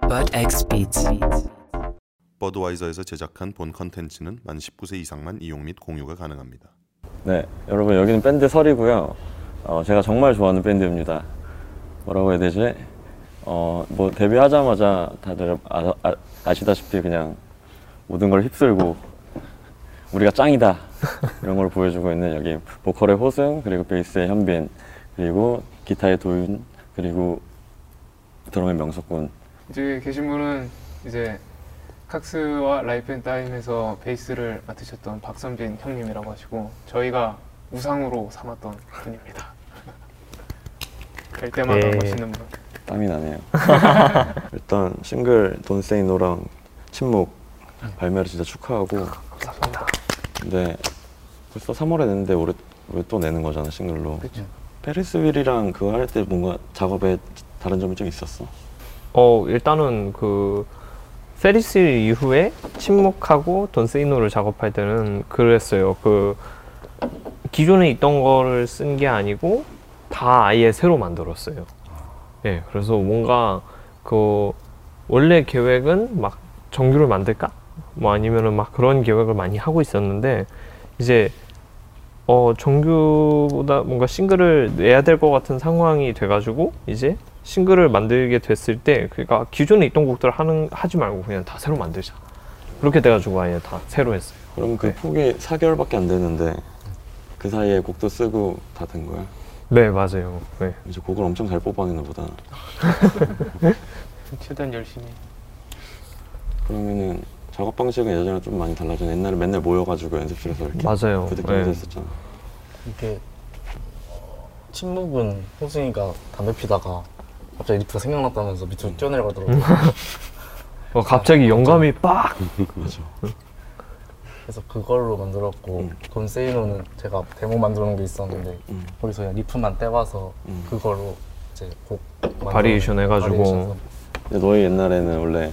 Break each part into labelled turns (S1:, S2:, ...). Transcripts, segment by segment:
S1: Robert X Beats.
S2: 버드와이저에서 제작한 본 컨텐츠는 만 19세 이상만 이용 및 공유가 가능합니다.
S3: 네, 여러분 여기는 밴드 설이고요. 어, 제가 정말 좋아하는 밴드입니다. 뭐라고 해야 되지? 어, 뭐 데뷔하자마자 다들 아, 시다시피 그냥 모든 걸 휩쓸고 우리가 짱이다 이런 걸 보여주고 있는 여기 보컬의 호승 그리고 베이스의 현빈 그리고 기타의 도윤 그리고 드럼의 명석군
S4: 뒤에 계신 분은 이제 칵스와 라이프 앤 타임에서 베이스를 맡으셨던 박선빈 형님이라고 하시고 저희가 우상으로 삼았던 분입니다. 갈 때마다
S5: 예.
S4: 멋있는 분.
S3: 땀이 나네요.
S6: 일단 싱글 돈세이노랑 침묵 발매를 진짜 축하하고
S4: 감사합니다.
S6: 근데 벌써 3월에 냈는데 올해 올해 또 내는 거잖아 싱글로
S4: 그쵸.
S6: 페리스 윌이랑 그거 할 때 뭔가 작업에 다른 점이 좀 있었어
S5: 어 일단은 그 세리스 이후에 침묵하고 돈세이노를 작업할 때는 그랬어요. 그 기존에 있던 거를 쓴 게 아니고 다 아예 새로 만들었어요. 예, 그래서 뭔가 그 원래 계획은 막 정규를 만들까? 뭐 아니면은 막 그런 계획을 많이 하고 있었는데 이제 어 정규보다 뭔가 싱글을 내야 될 것 같은 상황이 돼가지고 이제 싱글을 만들게 됐을 때 그러니까 기존에 있던 곡들 하는 하지 말고 그냥 다 새로 만들자 그렇게 돼가지고 아예 다 새로 했어요.
S6: 그럼 그
S5: 네.
S6: 폭이 4개월밖에 안 됐는데 그 사이에 곡도 쓰고 다 된 거야
S5: 네 맞아요. 네.
S6: 이제 곡을 엄청 잘 뽑아내나 보다
S4: 최대한 열심히.
S6: 그러면은 작업 방식은 예전이랑 좀 많이 달라져 옛날에 맨날 모여가지고 연습실에서 이렇게
S5: 맞아요.
S7: 그
S6: 부득이면서
S5: 네.
S6: 했었잖아
S7: 이게 어, 침묵은 호승이가 담배 피다가 갑자기 리프가 생각났다면서
S5: 음.
S7: 밑으로 뛰어내려가더라고.
S5: 어, 갑자기 영감이 빡
S7: 음.
S6: 맞아
S7: 그래서 그걸로 만들었고
S6: 음.
S7: 돈세이노는 제가 데모 만들어 놓은 게 있었는데
S6: 음.
S7: 거기서 그냥 리프만 떼와서
S6: 음.
S7: 그걸로 이제 곡 만들어낸
S5: 바리에이션 해가지고. 음.
S7: 바리에이션에서
S6: 근데 너희 옛날에는 원래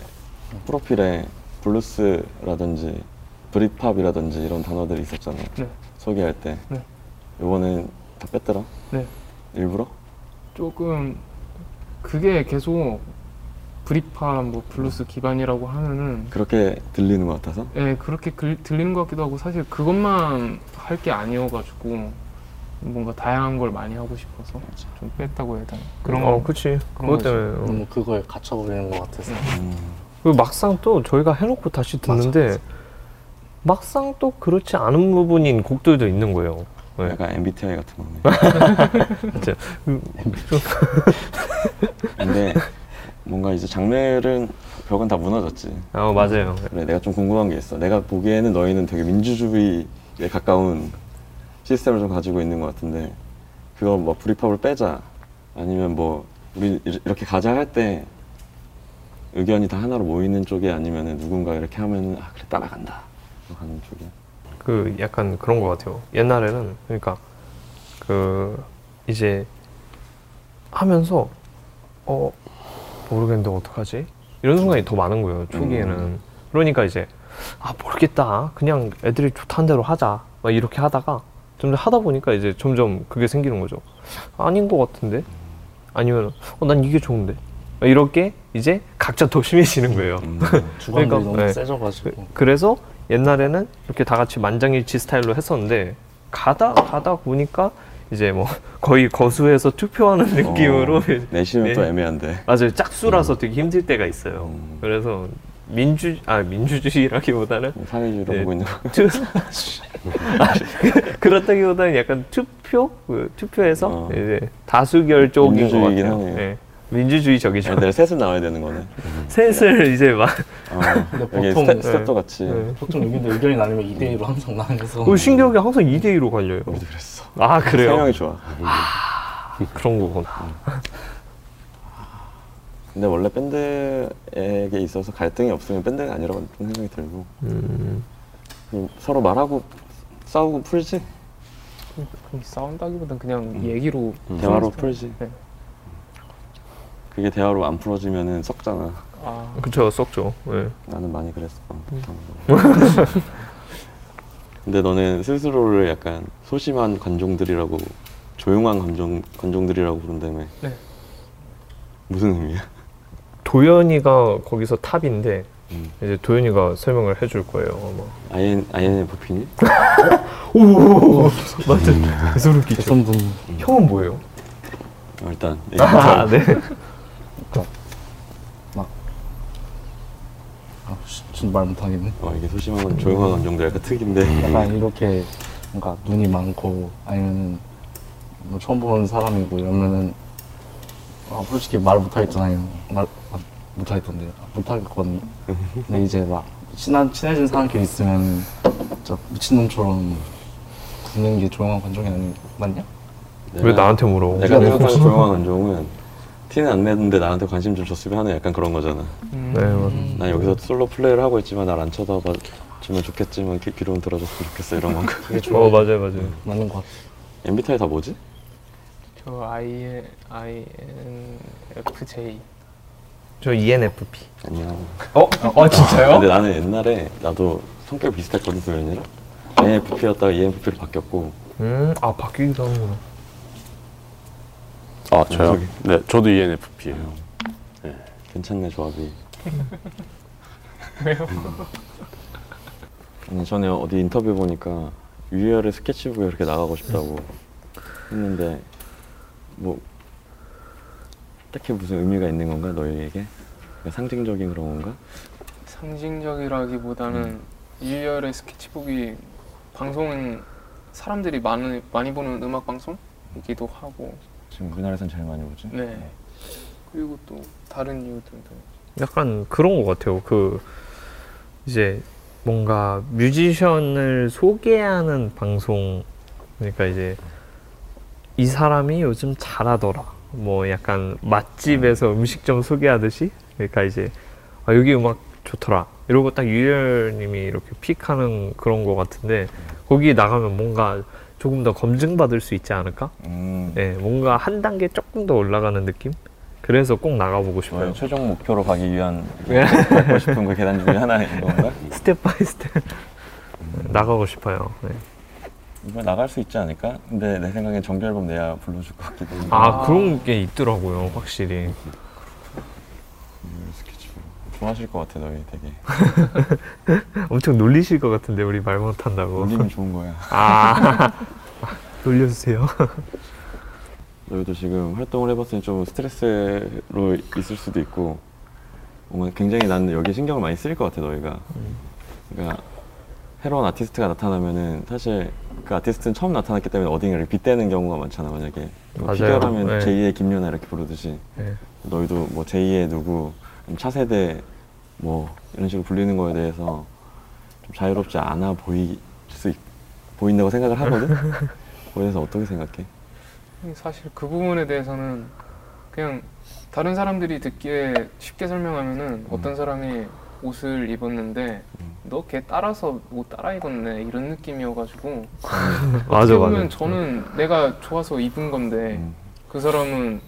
S6: 프로필에 블루스라든지 브릿팝이라든지 이런 단어들이 있었잖아.
S4: 네.
S6: 소개할 때.
S4: 네.
S6: 이번엔 다 뺐더라.
S4: 네.
S6: 일부러?
S4: 조금 그게 계속 브리파 뭐 블루스 기반이라고 하면은
S6: 그렇게 들리는 것 같아서.
S4: 예, 그렇게 글- 들리는 것 같기도 하고 사실 그것만 할 게 아니어가지고 뭔가 다양한 걸 많이 하고 싶어서 좀 뺐다고 해야 되나 그런
S5: 어,
S4: 거
S5: 그치.
S4: 그런
S5: 그것
S4: 거지.
S5: 때문에. 어.
S7: 너무 그거에 갇혀버리는 것 같아서
S5: 그리고 막상 또 저희가 해놓고 다시 듣는데
S7: 맞아,
S5: 막상 또 그렇지 않은 부분인 곡들도 있는 거예요. 네.
S6: 약간 MBTI 같은 거네.
S5: 음,
S6: 근데 뭔가 이제 장르는 벽은 다 무너졌지.
S5: 아 맞아요.
S6: 그래, 내가 좀 궁금한 게 있어. 내가 보기에는 너희는 되게 민주주의에 가까운 시스템을 좀 가지고 있는 것 같은데, 그거 뭐 브리팝을 빼자, 아니면 뭐 우리 이- 이렇게 가자 할 때 의견이 다 하나로 모이는 쪽이 아니면 누군가 이렇게 하면 아 그래 따라간다 뭐 하는 쪽이야.
S5: 그 약간 그런 것 같아요. 옛날에는 그러니까 그 이제 하면서 어 모르겠는데 어떡하지? 이런 순간이 더 많은 거예요. 초기에는 그러니까 이제 아 모르겠다. 그냥 애들이 좋다는 대로 하자. 막 이렇게 하다가 점점 하다 보니까 이제 점점 그게 생기는 거죠. 아닌 것 같은데 아니면 어 난 이게 좋은데 막 이렇게 이제 각자 더 심해지는 거예요.
S6: 음,
S7: 주관들이
S5: 그러니까,
S7: 너무
S5: 네.
S7: 세져가지고
S5: 그, 래서 옛날에는 이렇게 다 같이 만장일치 스타일로 했었는데 가다 가다 보니까 이제 뭐 거의 거수해서 투표하는
S6: 어.
S5: 느낌으로
S6: 내시면 또
S5: 그 네.
S6: 애매한데.
S5: 맞아요 짝수라서 되게 힘들 때가 있어요.
S6: 음.
S5: 그래서 민주 아 민주주의라기보다는
S6: 음. 사회주의로
S5: 네.
S6: 보고 있는
S5: 투 아, 그- 그렇다기보다는 약간 투표 그 투표에서
S6: 어.
S5: 이제 다수결 쪽인 것
S6: 민주주의긴
S5: 같아요.
S6: 하네요. 네.
S5: 네. 민주주의적이죠.
S6: 애들 셋은 나와야 되는 거네.
S5: 셋을 이제 막
S6: 어,
S7: 근데
S6: 여기
S7: 보통-
S6: 스텝, 스텝도 같이.
S5: 네.
S7: 보통 여기인데 의견이 나뉘면 2대2로 항상 나뉘어서
S5: 그 신기하게 항상 2대 2로 갈려요.
S6: 우리도 그랬어.
S5: 아
S6: 세
S5: 그래요? 아,
S6: 명이 좋아.
S5: 그런 거구나.
S6: 근데 원래 밴드에게 있어서 갈등이 없으면 밴드가 아니라고 좀 생각이 들고
S5: 음,
S6: 그냥 서로 말하고 싸우고 풀지
S4: 싸운다기보단 그냥
S6: 음.
S4: 얘기로
S6: 대화로
S4: 풀
S6: 풀지
S4: 네.
S6: 그게 대화로 안 풀어지면은 썩잖아
S4: 아,
S5: 그쵸 썩죠. 예.
S6: 나는 많이 그랬어 근데 너는 스스로를 약간 소심한 관종들이라고 조용한 감정 관종들이라고 부른다며
S4: 네.
S6: 무슨 의미야?
S5: 도현이가 거기서 탑인데
S6: 음.
S5: 이제 도현이가 설명을 해줄 거예요. 아마.
S6: IN, INFP님?
S5: 오 맞아
S6: 음.
S5: 그 소름 끼쳐.
S7: 개선분
S5: 형은 뭐예요?
S6: 어, 일단 얘기
S5: 아 네.
S7: 아, 씨, 진짜 말 못하겠네.
S6: 어, 이게 소심한 건 조용한 감정도 약간 특인데
S7: 약간 이렇게 뭔가 눈이 많고 아니면은 뭐 처음 보는 사람이고 이러면은 아, 솔직히 말 못하겠잖아요. 말 아, 못하겠던데 아, 못하겠거든요. 근데 이제 막 친한 친해진 사람끼리 있으면 진짜 미친놈처럼 굽는 게 조용한 감정이 아니 맞냐?
S5: 왜 나한테 물어?
S6: 네. 내가 생각하는 조용한 감정은 티는 안 내는데 나한테 관심 좀 줬으면 하는 약간 그런 거잖아
S4: 음.
S5: 네
S6: 음.
S5: 맞아.
S6: 난 여기서 솔로 플레이를 하고 있지만 날 안 쳐다봐 주면 좋겠지만 귀, 귀로는 들어줬으면 좋겠어 이런 만큼
S7: 그게 좀
S5: 어 맞아요 맞아요.
S7: 맞는 것 같아.
S6: MBTI 다 뭐지?
S4: 저 I I N F J
S5: 저 E ENFP.
S6: 아니야
S5: 어? 아 진짜요?
S6: 근데 나는 옛날에 나도 성격 비슷했거든 그 도현이랑
S5: 어?
S6: INFP였다가 E ENFP로 바뀌었고
S5: 음아 바뀌기도 하는구나.
S1: 아 저요? 네, 저도 ENFP예요.
S6: 괜찮네 조합이
S4: 왜요?
S6: 아니 전에 어디 인터뷰 보니까 유희열의 스케치북에 이렇게 나가고 싶다고 했는데 뭐 딱히 무슨 의미가 있는 건가 너희에게? 그러니까 상징적인 그런 건가?
S4: 상징적이라기보다는
S6: 음.
S4: 유열의 스케치북이 방송은 사람들이 많은 많이 보는 음악 방송이기도 하고
S6: 지금 우리나라에선 제일 많이 보지?
S4: 네 그리고 또 다른 이유들도
S5: 약간 그런 것 같아요. 그 이제 뭔가 뮤지션을 소개하는 방송 그러니까 이제 이 사람이 요즘 잘하더라. 뭐 약간 맛집에서 음식점 소개하듯이 그러니까 이제 아, 여기 음악 좋더라. 이러고 딱 유열님이 이렇게 픽하는 그런 것 같은데 거기 나가면 뭔가 조금 더 검증받을 수 있지 않을까?
S6: 음,
S4: 네.
S5: 예, 뭔가 한 단계 조금 더 올라가는 느낌? 그래서 꼭 나가보고
S6: 저의
S5: 싶어요.
S6: 최종 목표로 가기 위한
S4: 네.
S6: 갖고 싶은 그 계단 중에 하나인 건가?
S5: 스텝 바이 스텝 나가고 싶어요. 네.
S6: 이번에 나갈 수 있지 않을까? 근데 내 생각엔 정규앨범 내야 불러줄 것 같기도 하고
S5: 아 그런 게 있더라고요, 확실히.
S6: 유희열 스케치북 좋아하실 것 같아 너희 되게
S5: 엄청 놀리실 것 같은데 우리 말 못한다고.
S6: 올리면 좋은 거야
S5: 아 놀려주세요.
S6: 너희도 지금 활동을 해봤으니 좀 스트레스로 있을 수도 있고 뭔가 굉장히 나는 여기에 신경을 많이 쓸 것 같아 너희가 그러니까 새로운 아티스트가 나타나면은 사실 그 아티스트는 처음 나타났기 때문에 어딘가를 빗대는 경우가 많잖아 만약에
S5: 맞아요.
S6: 비교하면
S5: 네.
S6: 제2의 김연아 이렇게 부르듯이
S5: 네.
S6: 너희도 뭐 제2의 누구 차세대 뭐 이런 식으로 불리는 거에 대해서 좀 자유롭지 않아 보일 수 있, 보인다고 생각을 하거든 거기서 어떻게 생각해?
S4: 사실 그 부분에 대해서는 그냥 다른 사람들이 듣기에 쉽게 설명하면은 어떤 사람이 옷을 입었는데 너 걔 따라서 뭐 따라 입었네 이런 느낌이어가지고
S5: 맞아
S4: 어떻게 보면
S5: 맞아.
S4: 저는 내가 좋아서 입은 건데
S6: 음.
S4: 그 사람은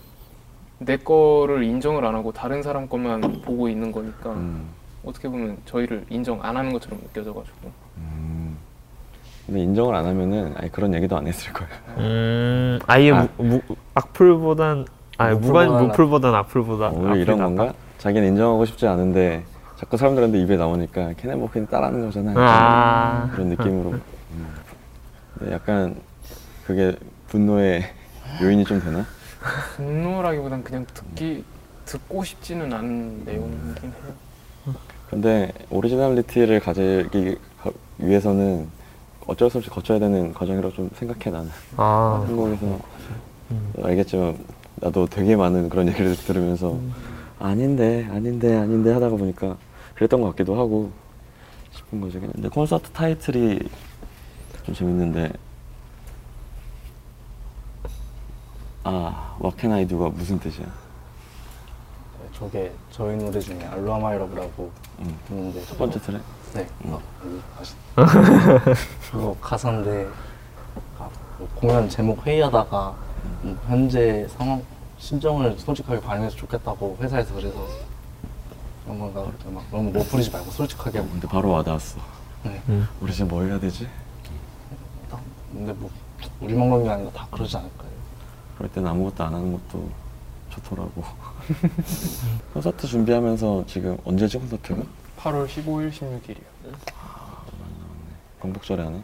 S4: 내 거를 인정을 안 하고 다른 사람 것만 보고 있는 거니까
S6: 음.
S4: 어떻게 보면 저희를 인정 안 하는 것처럼 느껴져가지고
S6: 음. 근데 인정을 안 하면은 아예 그런 얘기도 안 했을 거야.
S5: 음 아예
S6: 아.
S5: 무, 무, 악플보단 아 무관
S7: 악플보단
S5: 무플보단
S4: 아,
S5: 악플보다
S6: 오히려 이런 건가? 자기는 인정하고 싶지 않은데 자꾸 사람들한테 입에 나오니까 걔네 뭐 그냥 따라하는 거잖아.
S5: 아.
S6: 그런 느낌으로. 음. 근데 약간 그게 분노의 요인이 좀 되나?
S4: 분노라기보단 그냥 듣기 듣고 싶지는 않은 내용이긴 해요.
S6: 근데 오리지널리티를 가지기 위해서는 어쩔 수 없이 거쳐야 되는 과정이라고 좀 생각해 나는.
S5: 아
S6: 한국에서 음. 알겠지만 나도 되게 많은 그런 얘기를 들으면서 아닌데 아닌데 아닌데 하다가 보니까 그랬던 것 같기도 하고 싶은 거죠. 그냥. 근데 콘서트 타이틀이 좀 재밌는데 아 What Can I Do가 무슨 뜻이야?
S7: 저게 저희 노래 중에 알로마이러브라고
S6: 음.
S7: 있는데
S6: 첫 번째 트랙.
S7: 네.
S6: 음.
S7: 어, 여기 가시- 그거 가사인데 아, 뭐 공연 제목 회의하다가 뭐 현재 상황 심정을 솔직하게 반영해서 좋겠다고 회사에서 그래서 그런 건가 그렇게 막 너무 못 부리지 말고 솔직하게 하고
S6: 근데 바로 와닿았어.
S7: 네.
S6: 우리 지금 뭐 해야 되지?
S7: 딱 근데 뭐 우리만 그런 게 아니라 다 그러지 않을까요?
S6: 그럴 때는 아무것도 안 하는 것도 좋더라고. 콘서트 준비하면서 지금 언제지 콘서트가?
S4: 8월 15일, 16일이요.
S6: 광복절에 하네.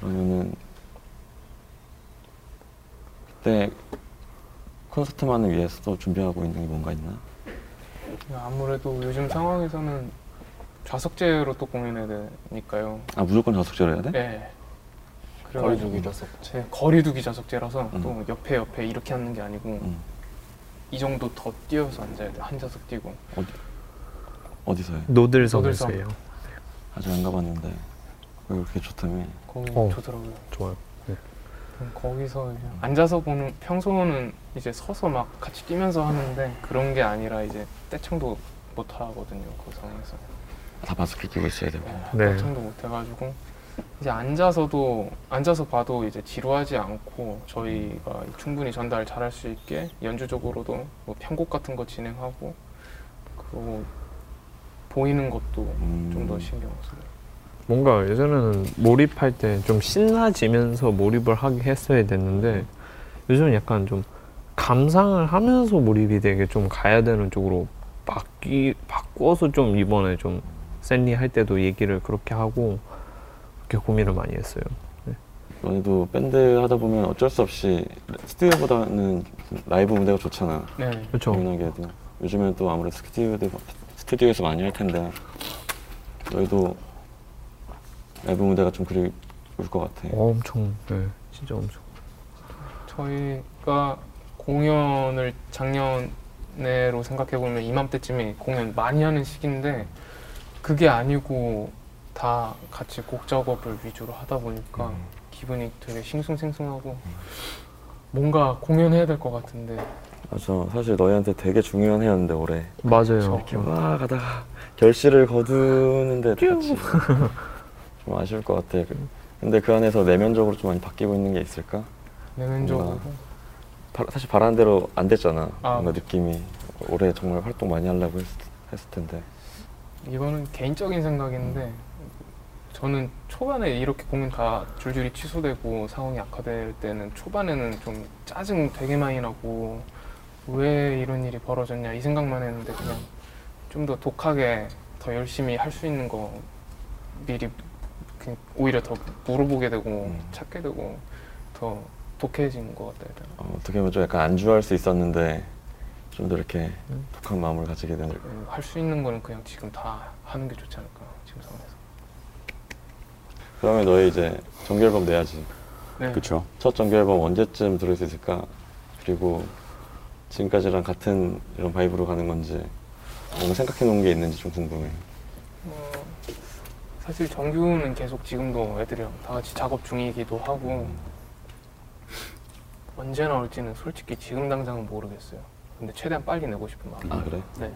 S6: 그러면은 그때 콘서트만을 위해서도 준비하고 있는 게 뭔가 있나?
S4: 아무래도 요즘 상황에서는 좌석제로 또 공연해야 되니까요.
S6: 아 무조건 좌석제로 해야 돼?
S4: 네. 그래가지고
S7: 거리두기라서
S4: 제 거리두기 좌석제라서
S6: 음.
S4: 또 옆에 옆에 이렇게 앉는 게 아니고
S6: 음.
S4: 이 정도 더 뛰어서 앉아야 돼. 한 좌석 뛰고.
S6: 어디서 해?
S5: 노들섬에서요.
S6: 아직 안 가봤는데 거기 그렇게 좋다며.
S4: 거기
S5: 어.
S4: 좋더라고요.
S5: 좋아요.
S4: 그럼 거기서 이제 앉아서 보는 평소는 이제 서서 막 같이 뛰면서 하는데 그런 게 아니라 이제 떼창도 못 하거든요. 그 상황에서.
S6: 다 마스크 끼고 있어야 되고.
S5: 네.
S4: 떼창도 못 해가지고 이제 앉아서도 앉아서 봐도 이제 지루하지 않고 저희가 충분히 전달 잘 할 수 있게 연주적으로도 뭐 편곡 같은 거 진행하고 그리고 보이는 것도
S6: 음.
S4: 좀 더 신경 써요.
S5: 뭔가 예전에는 몰입할 때 좀 신나지면서 몰입을 하게 했어야 됐는데 요즘은 약간 좀 감상을 하면서 몰입이 되게 좀 가야 되는 쪽으로 바뀌 바꿔서 좀 이번에 좀 샌리 할 때도 얘기를 그렇게 하고 그렇게 고민을 많이 했어요.
S6: 너네도 밴드 하다 보면 어쩔 수 없이 스튜디오보다는 라이브 무대가 좋잖아.
S4: 네.
S5: 그렇죠.
S6: 당연하게도 요즘엔 또 아무래도 스튜디오도 스튜디오에서 많이 할 텐데 너희도 라이브 무대가 좀 그리울 것 같아.
S5: 엄청 네, 진짜 엄청.
S4: 저희가 공연을 작년에로 생각해 보면 이맘때쯤에 공연 많이 하는 시기인데 그게 아니고 다 같이 곡 작업을 위주로 하다 보니까 기분이 되게 싱숭생숭하고 뭔가 공연해야 될 것 같은데
S6: 맞아. 사실 너희한테 되게 중요한 해였는데 올해
S5: 맞아요.
S6: 이렇게 막 하다가 결실을 거두는데 같이 좀 아쉬울 것 같아. 그- 근데 그 안에서 내면적으로 좀 많이 바뀌고 있는 게 있을까?
S4: 내면적으로
S6: 바- 사실 바라는 대로 안 됐잖아.
S4: 아.
S6: 뭔가 느낌이 올해 정말 활동 많이 하려고 했, 했을 텐데.
S4: 이거는 개인적인 생각인데 저는 초반에 이렇게 공연 다 줄줄이 취소되고 상황이 악화될 때는 초반에는 좀 짜증 되게 많이 나고 왜 이런 일이 벌어졌냐 이 생각만 했는데 그냥 좀 더 독하게 더 열심히 할 수 있는 거 미리 그냥 오히려 더 물어보게 되고
S6: 음.
S4: 찾게 되고 더 독해진 것 같아요. 일단.
S6: 어, 어떻게 보면 좀 약간 안주할 수 있었는데 좀 더 이렇게 독한 마음을 가지게 되는
S4: 음, 할수 있는 거는 그냥 지금 다 하는 게 좋지 않을까 지금 상황에서.
S6: 그러면 너희 이제 정규앨범 내야지
S4: 네.
S1: 그렇죠.
S6: 첫 정규앨범 언제쯤 들을 수 있을까 그리고 지금까지랑 같은 이런 바이브로 가는 건지 뭔가 생각해 놓은 게 있는지 좀 궁금해
S4: 어, 사실 정규는 계속 지금도 애들이랑 다 같이 작업 중이기도 하고 언제 나올지는 솔직히 지금 당장은 모르겠어요. 근데 최대한 빨리 내고 싶은 마음.
S6: 아 그래?
S4: 네.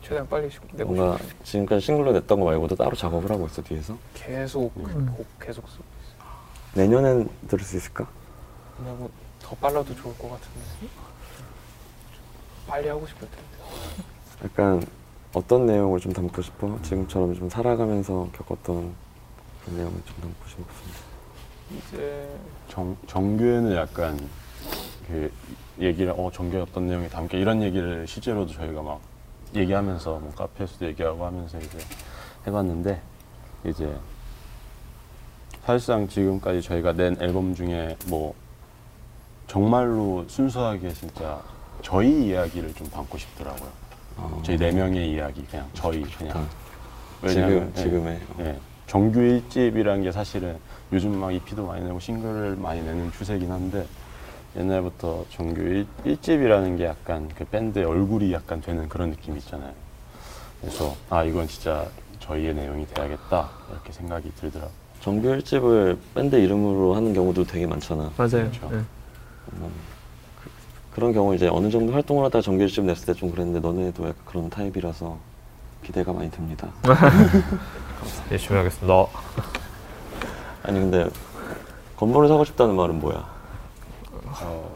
S4: 최대한 빨리 시- 내고 싶은
S6: 뭔가 지금까지 싱글로 냈던 거 말고도 따로 작업을 하고 있어 뒤에서
S4: 계속
S6: 음.
S4: 그 곡 계속 쓰고 있어요.
S6: 내년엔 들을 수 있을까?
S4: 근데 뭐더 빨라도 좋을 것 같은데 빨리 하고 싶을 텐데.
S6: 약간 어떤 내용을 좀 담고 싶어? 지금처럼 좀 살아가면서 겪었던 그런 내용을 좀 담고 싶습니다
S4: 이제
S1: 정, 정규에는 약간 그 얘기를 어 정규에 어떤 내용이 담겨 이런 얘기를 실제로도 저희가 막 얘기하면서 뭐 카페에서도 얘기하고 하면서 이제 해봤는데 이제 사실상 지금까지 저희가 낸 앨범 중에 뭐 정말로 순수하게 진짜 저희 이야기를 좀 담고 싶더라고요. 저희 네 명의 이야기 그냥 저희
S6: 지금,
S1: 그냥 왜냐면, 예.
S6: 아, 그렇죠. 지금의 어.
S1: 예, 정규 1집이라는 게 사실은 요즘 막 EP도 많이 내고 싱글을 많이 내는 추세긴 한데 옛날부터 정규 1, 1집이라는 게 약간 그 밴드의 얼굴이 약간 되는 그런 느낌이 있잖아요. 그래서 아 이건 진짜 저희의 내용이 돼야겠다 이렇게 생각이 들더라고요.
S6: 정규 1집을 밴드 이름으로 하는 경우도 되게 많잖아.
S5: 맞아요.
S1: 그렇죠.
S5: 네.
S6: 그런 경우 이제 어느 정도 활동을 하다가 정규 1집 냈을 때 좀 그랬는데 너네도 약간 그런 타입이라서 기대가 많이 됩니다.
S5: 네. 열심히 하겠습니다.
S6: 아니 근데 건물을 사고 싶다는 말은 뭐야?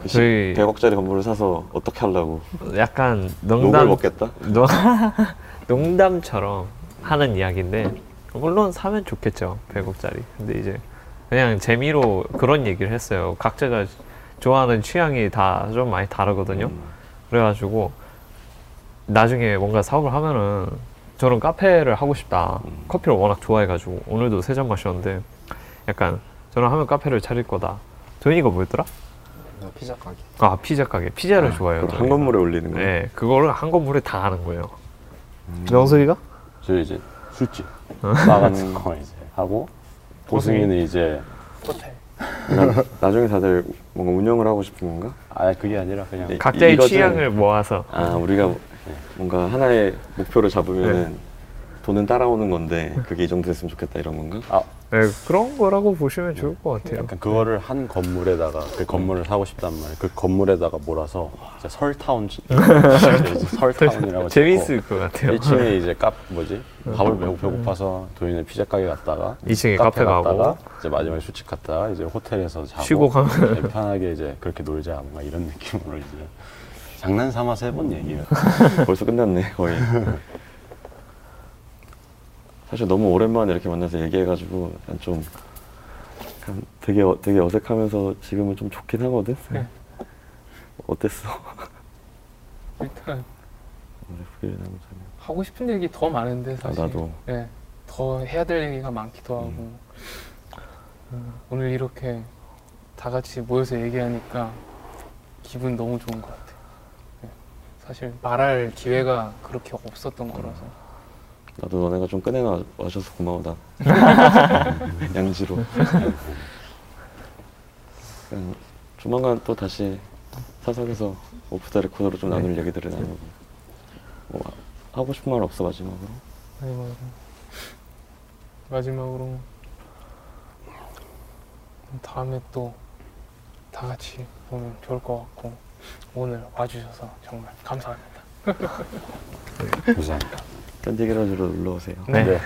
S6: 그 시-
S5: 어, 저희-
S6: 100억짜리 건물을 사서 어떻게 하려고?
S5: 약간
S6: 욕을
S5: 농담
S6: 먹겠다?
S5: 농- 농담처럼 하는 이야기인데 물론 사면 좋겠죠 100억짜리 근데 이제 그냥 재미로 그런 얘기를 했어요 각자가 좋아하는 취향이 다 좀 많이 다르거든요.
S6: 음.
S5: 그래가지고 나중에 뭔가 사업을 하면은 저런 카페를 하고 싶다.
S6: 음.
S5: 커피를 워낙 좋아해가지고 오늘도 세 잔 마셨는데 약간 저는 하면 카페를 차릴 거다. 도현이가 뭐였더라?
S7: 피자 가게.
S5: 아 피자 가게. 피자를 좋아해요.
S6: 그걸 한 건물에 올리는 거예요.
S5: 네, 그거를 한 건물에 다 하는 거예요. 음. 명석이가?
S1: 저 이제 술집 바 같은 거 이제 하고 어. 고승이는 이제
S4: 호텔.
S6: 그러니까 나중에 다들 뭔가 운영을 하고 싶은 건가?
S1: 아 그게 아니라 그냥
S6: 네.
S5: 각자의
S6: 이거죠.
S5: 취향을 모아서
S6: 아 우리가 뭔가 하나의 목표를 잡으면 돈은 따라오는 건데 그게 이 정도 됐으면 좋겠다 이런 건가?
S5: 네, 그런 거라고 보시면 좋을 것 같아요.
S1: 약간 그러니까 그거를 한 건물에다가 그 건물을 사고 싶단 말이에요. 그 건물에다가 몰아서 이제 설타운 지- 이제 설타운이라고
S5: 음. 재밌을 것 같아요. 음.
S1: 1층에 이제 카 뭐지 밥을 매우 배고파서 도인의 피자 가게 갔다가
S5: 2층에
S1: 카페
S5: 카페 가고
S1: 갔다가 이제 마지막에 술집 갔다가 이제 호텔에서 자고
S5: 쉬고 가면
S1: 네, 편하게 이제 그렇게 놀자 뭔가 이런 느낌으로 이제 장난 삼아서 해본 얘기예요.
S6: 벌써 끝났네 거의. 사실 너무 오랜만에 이렇게 만나서 얘기해가지고 약간 좀 약간 되게 어- 되게 어색하면서 지금은 좀 좋긴 하거든.
S4: 네.
S6: 어땠어?
S4: 일단
S6: 후기를 나누자면.
S4: 하고 싶은 얘기 더 많은데
S6: 아,
S4: 사실.
S6: 나도
S4: 네, 더 해야 될 얘기가 많기도 하고 음, 오늘 이렇게 다 같이 모여서 얘기하니까 기분 너무 좋은 것 같아요. 네, 사실 말할 기회가 그렇게 없었던 거라서
S6: 나도 너네가 좀 꺼내놔 와줘서 고마워다. 양지로. 그냥 조만간 또 다시 사석에서 오프더 레코더로 좀 나눌 얘기들을 나누고 뭐 하- 하고 싶은 말 없어 마지막으로?
S4: 마지막으로 마지막으로 다음에 또 다 같이 보면 좋을 것 같고 오늘 와주셔서 정말 감사합니다.
S1: 감사합니다.
S6: 딴디 게라지로 놀러 오세요.
S5: 네.
S1: 네.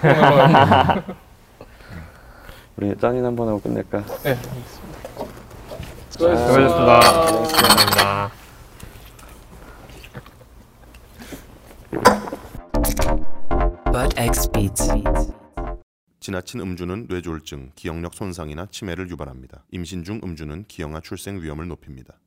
S6: 우리 짠인 한번 하고 끝낼까?
S4: 네, 알겠습니다.
S5: 수고하셨습니다. 아, 네, 감사합니다.
S8: Bud X Beats.
S2: 지나친 음주는 뇌졸중, 기억력 손상이나 치매를 유발합니다. 임신 중 음주는 기형아 출생 위험을 높입니다.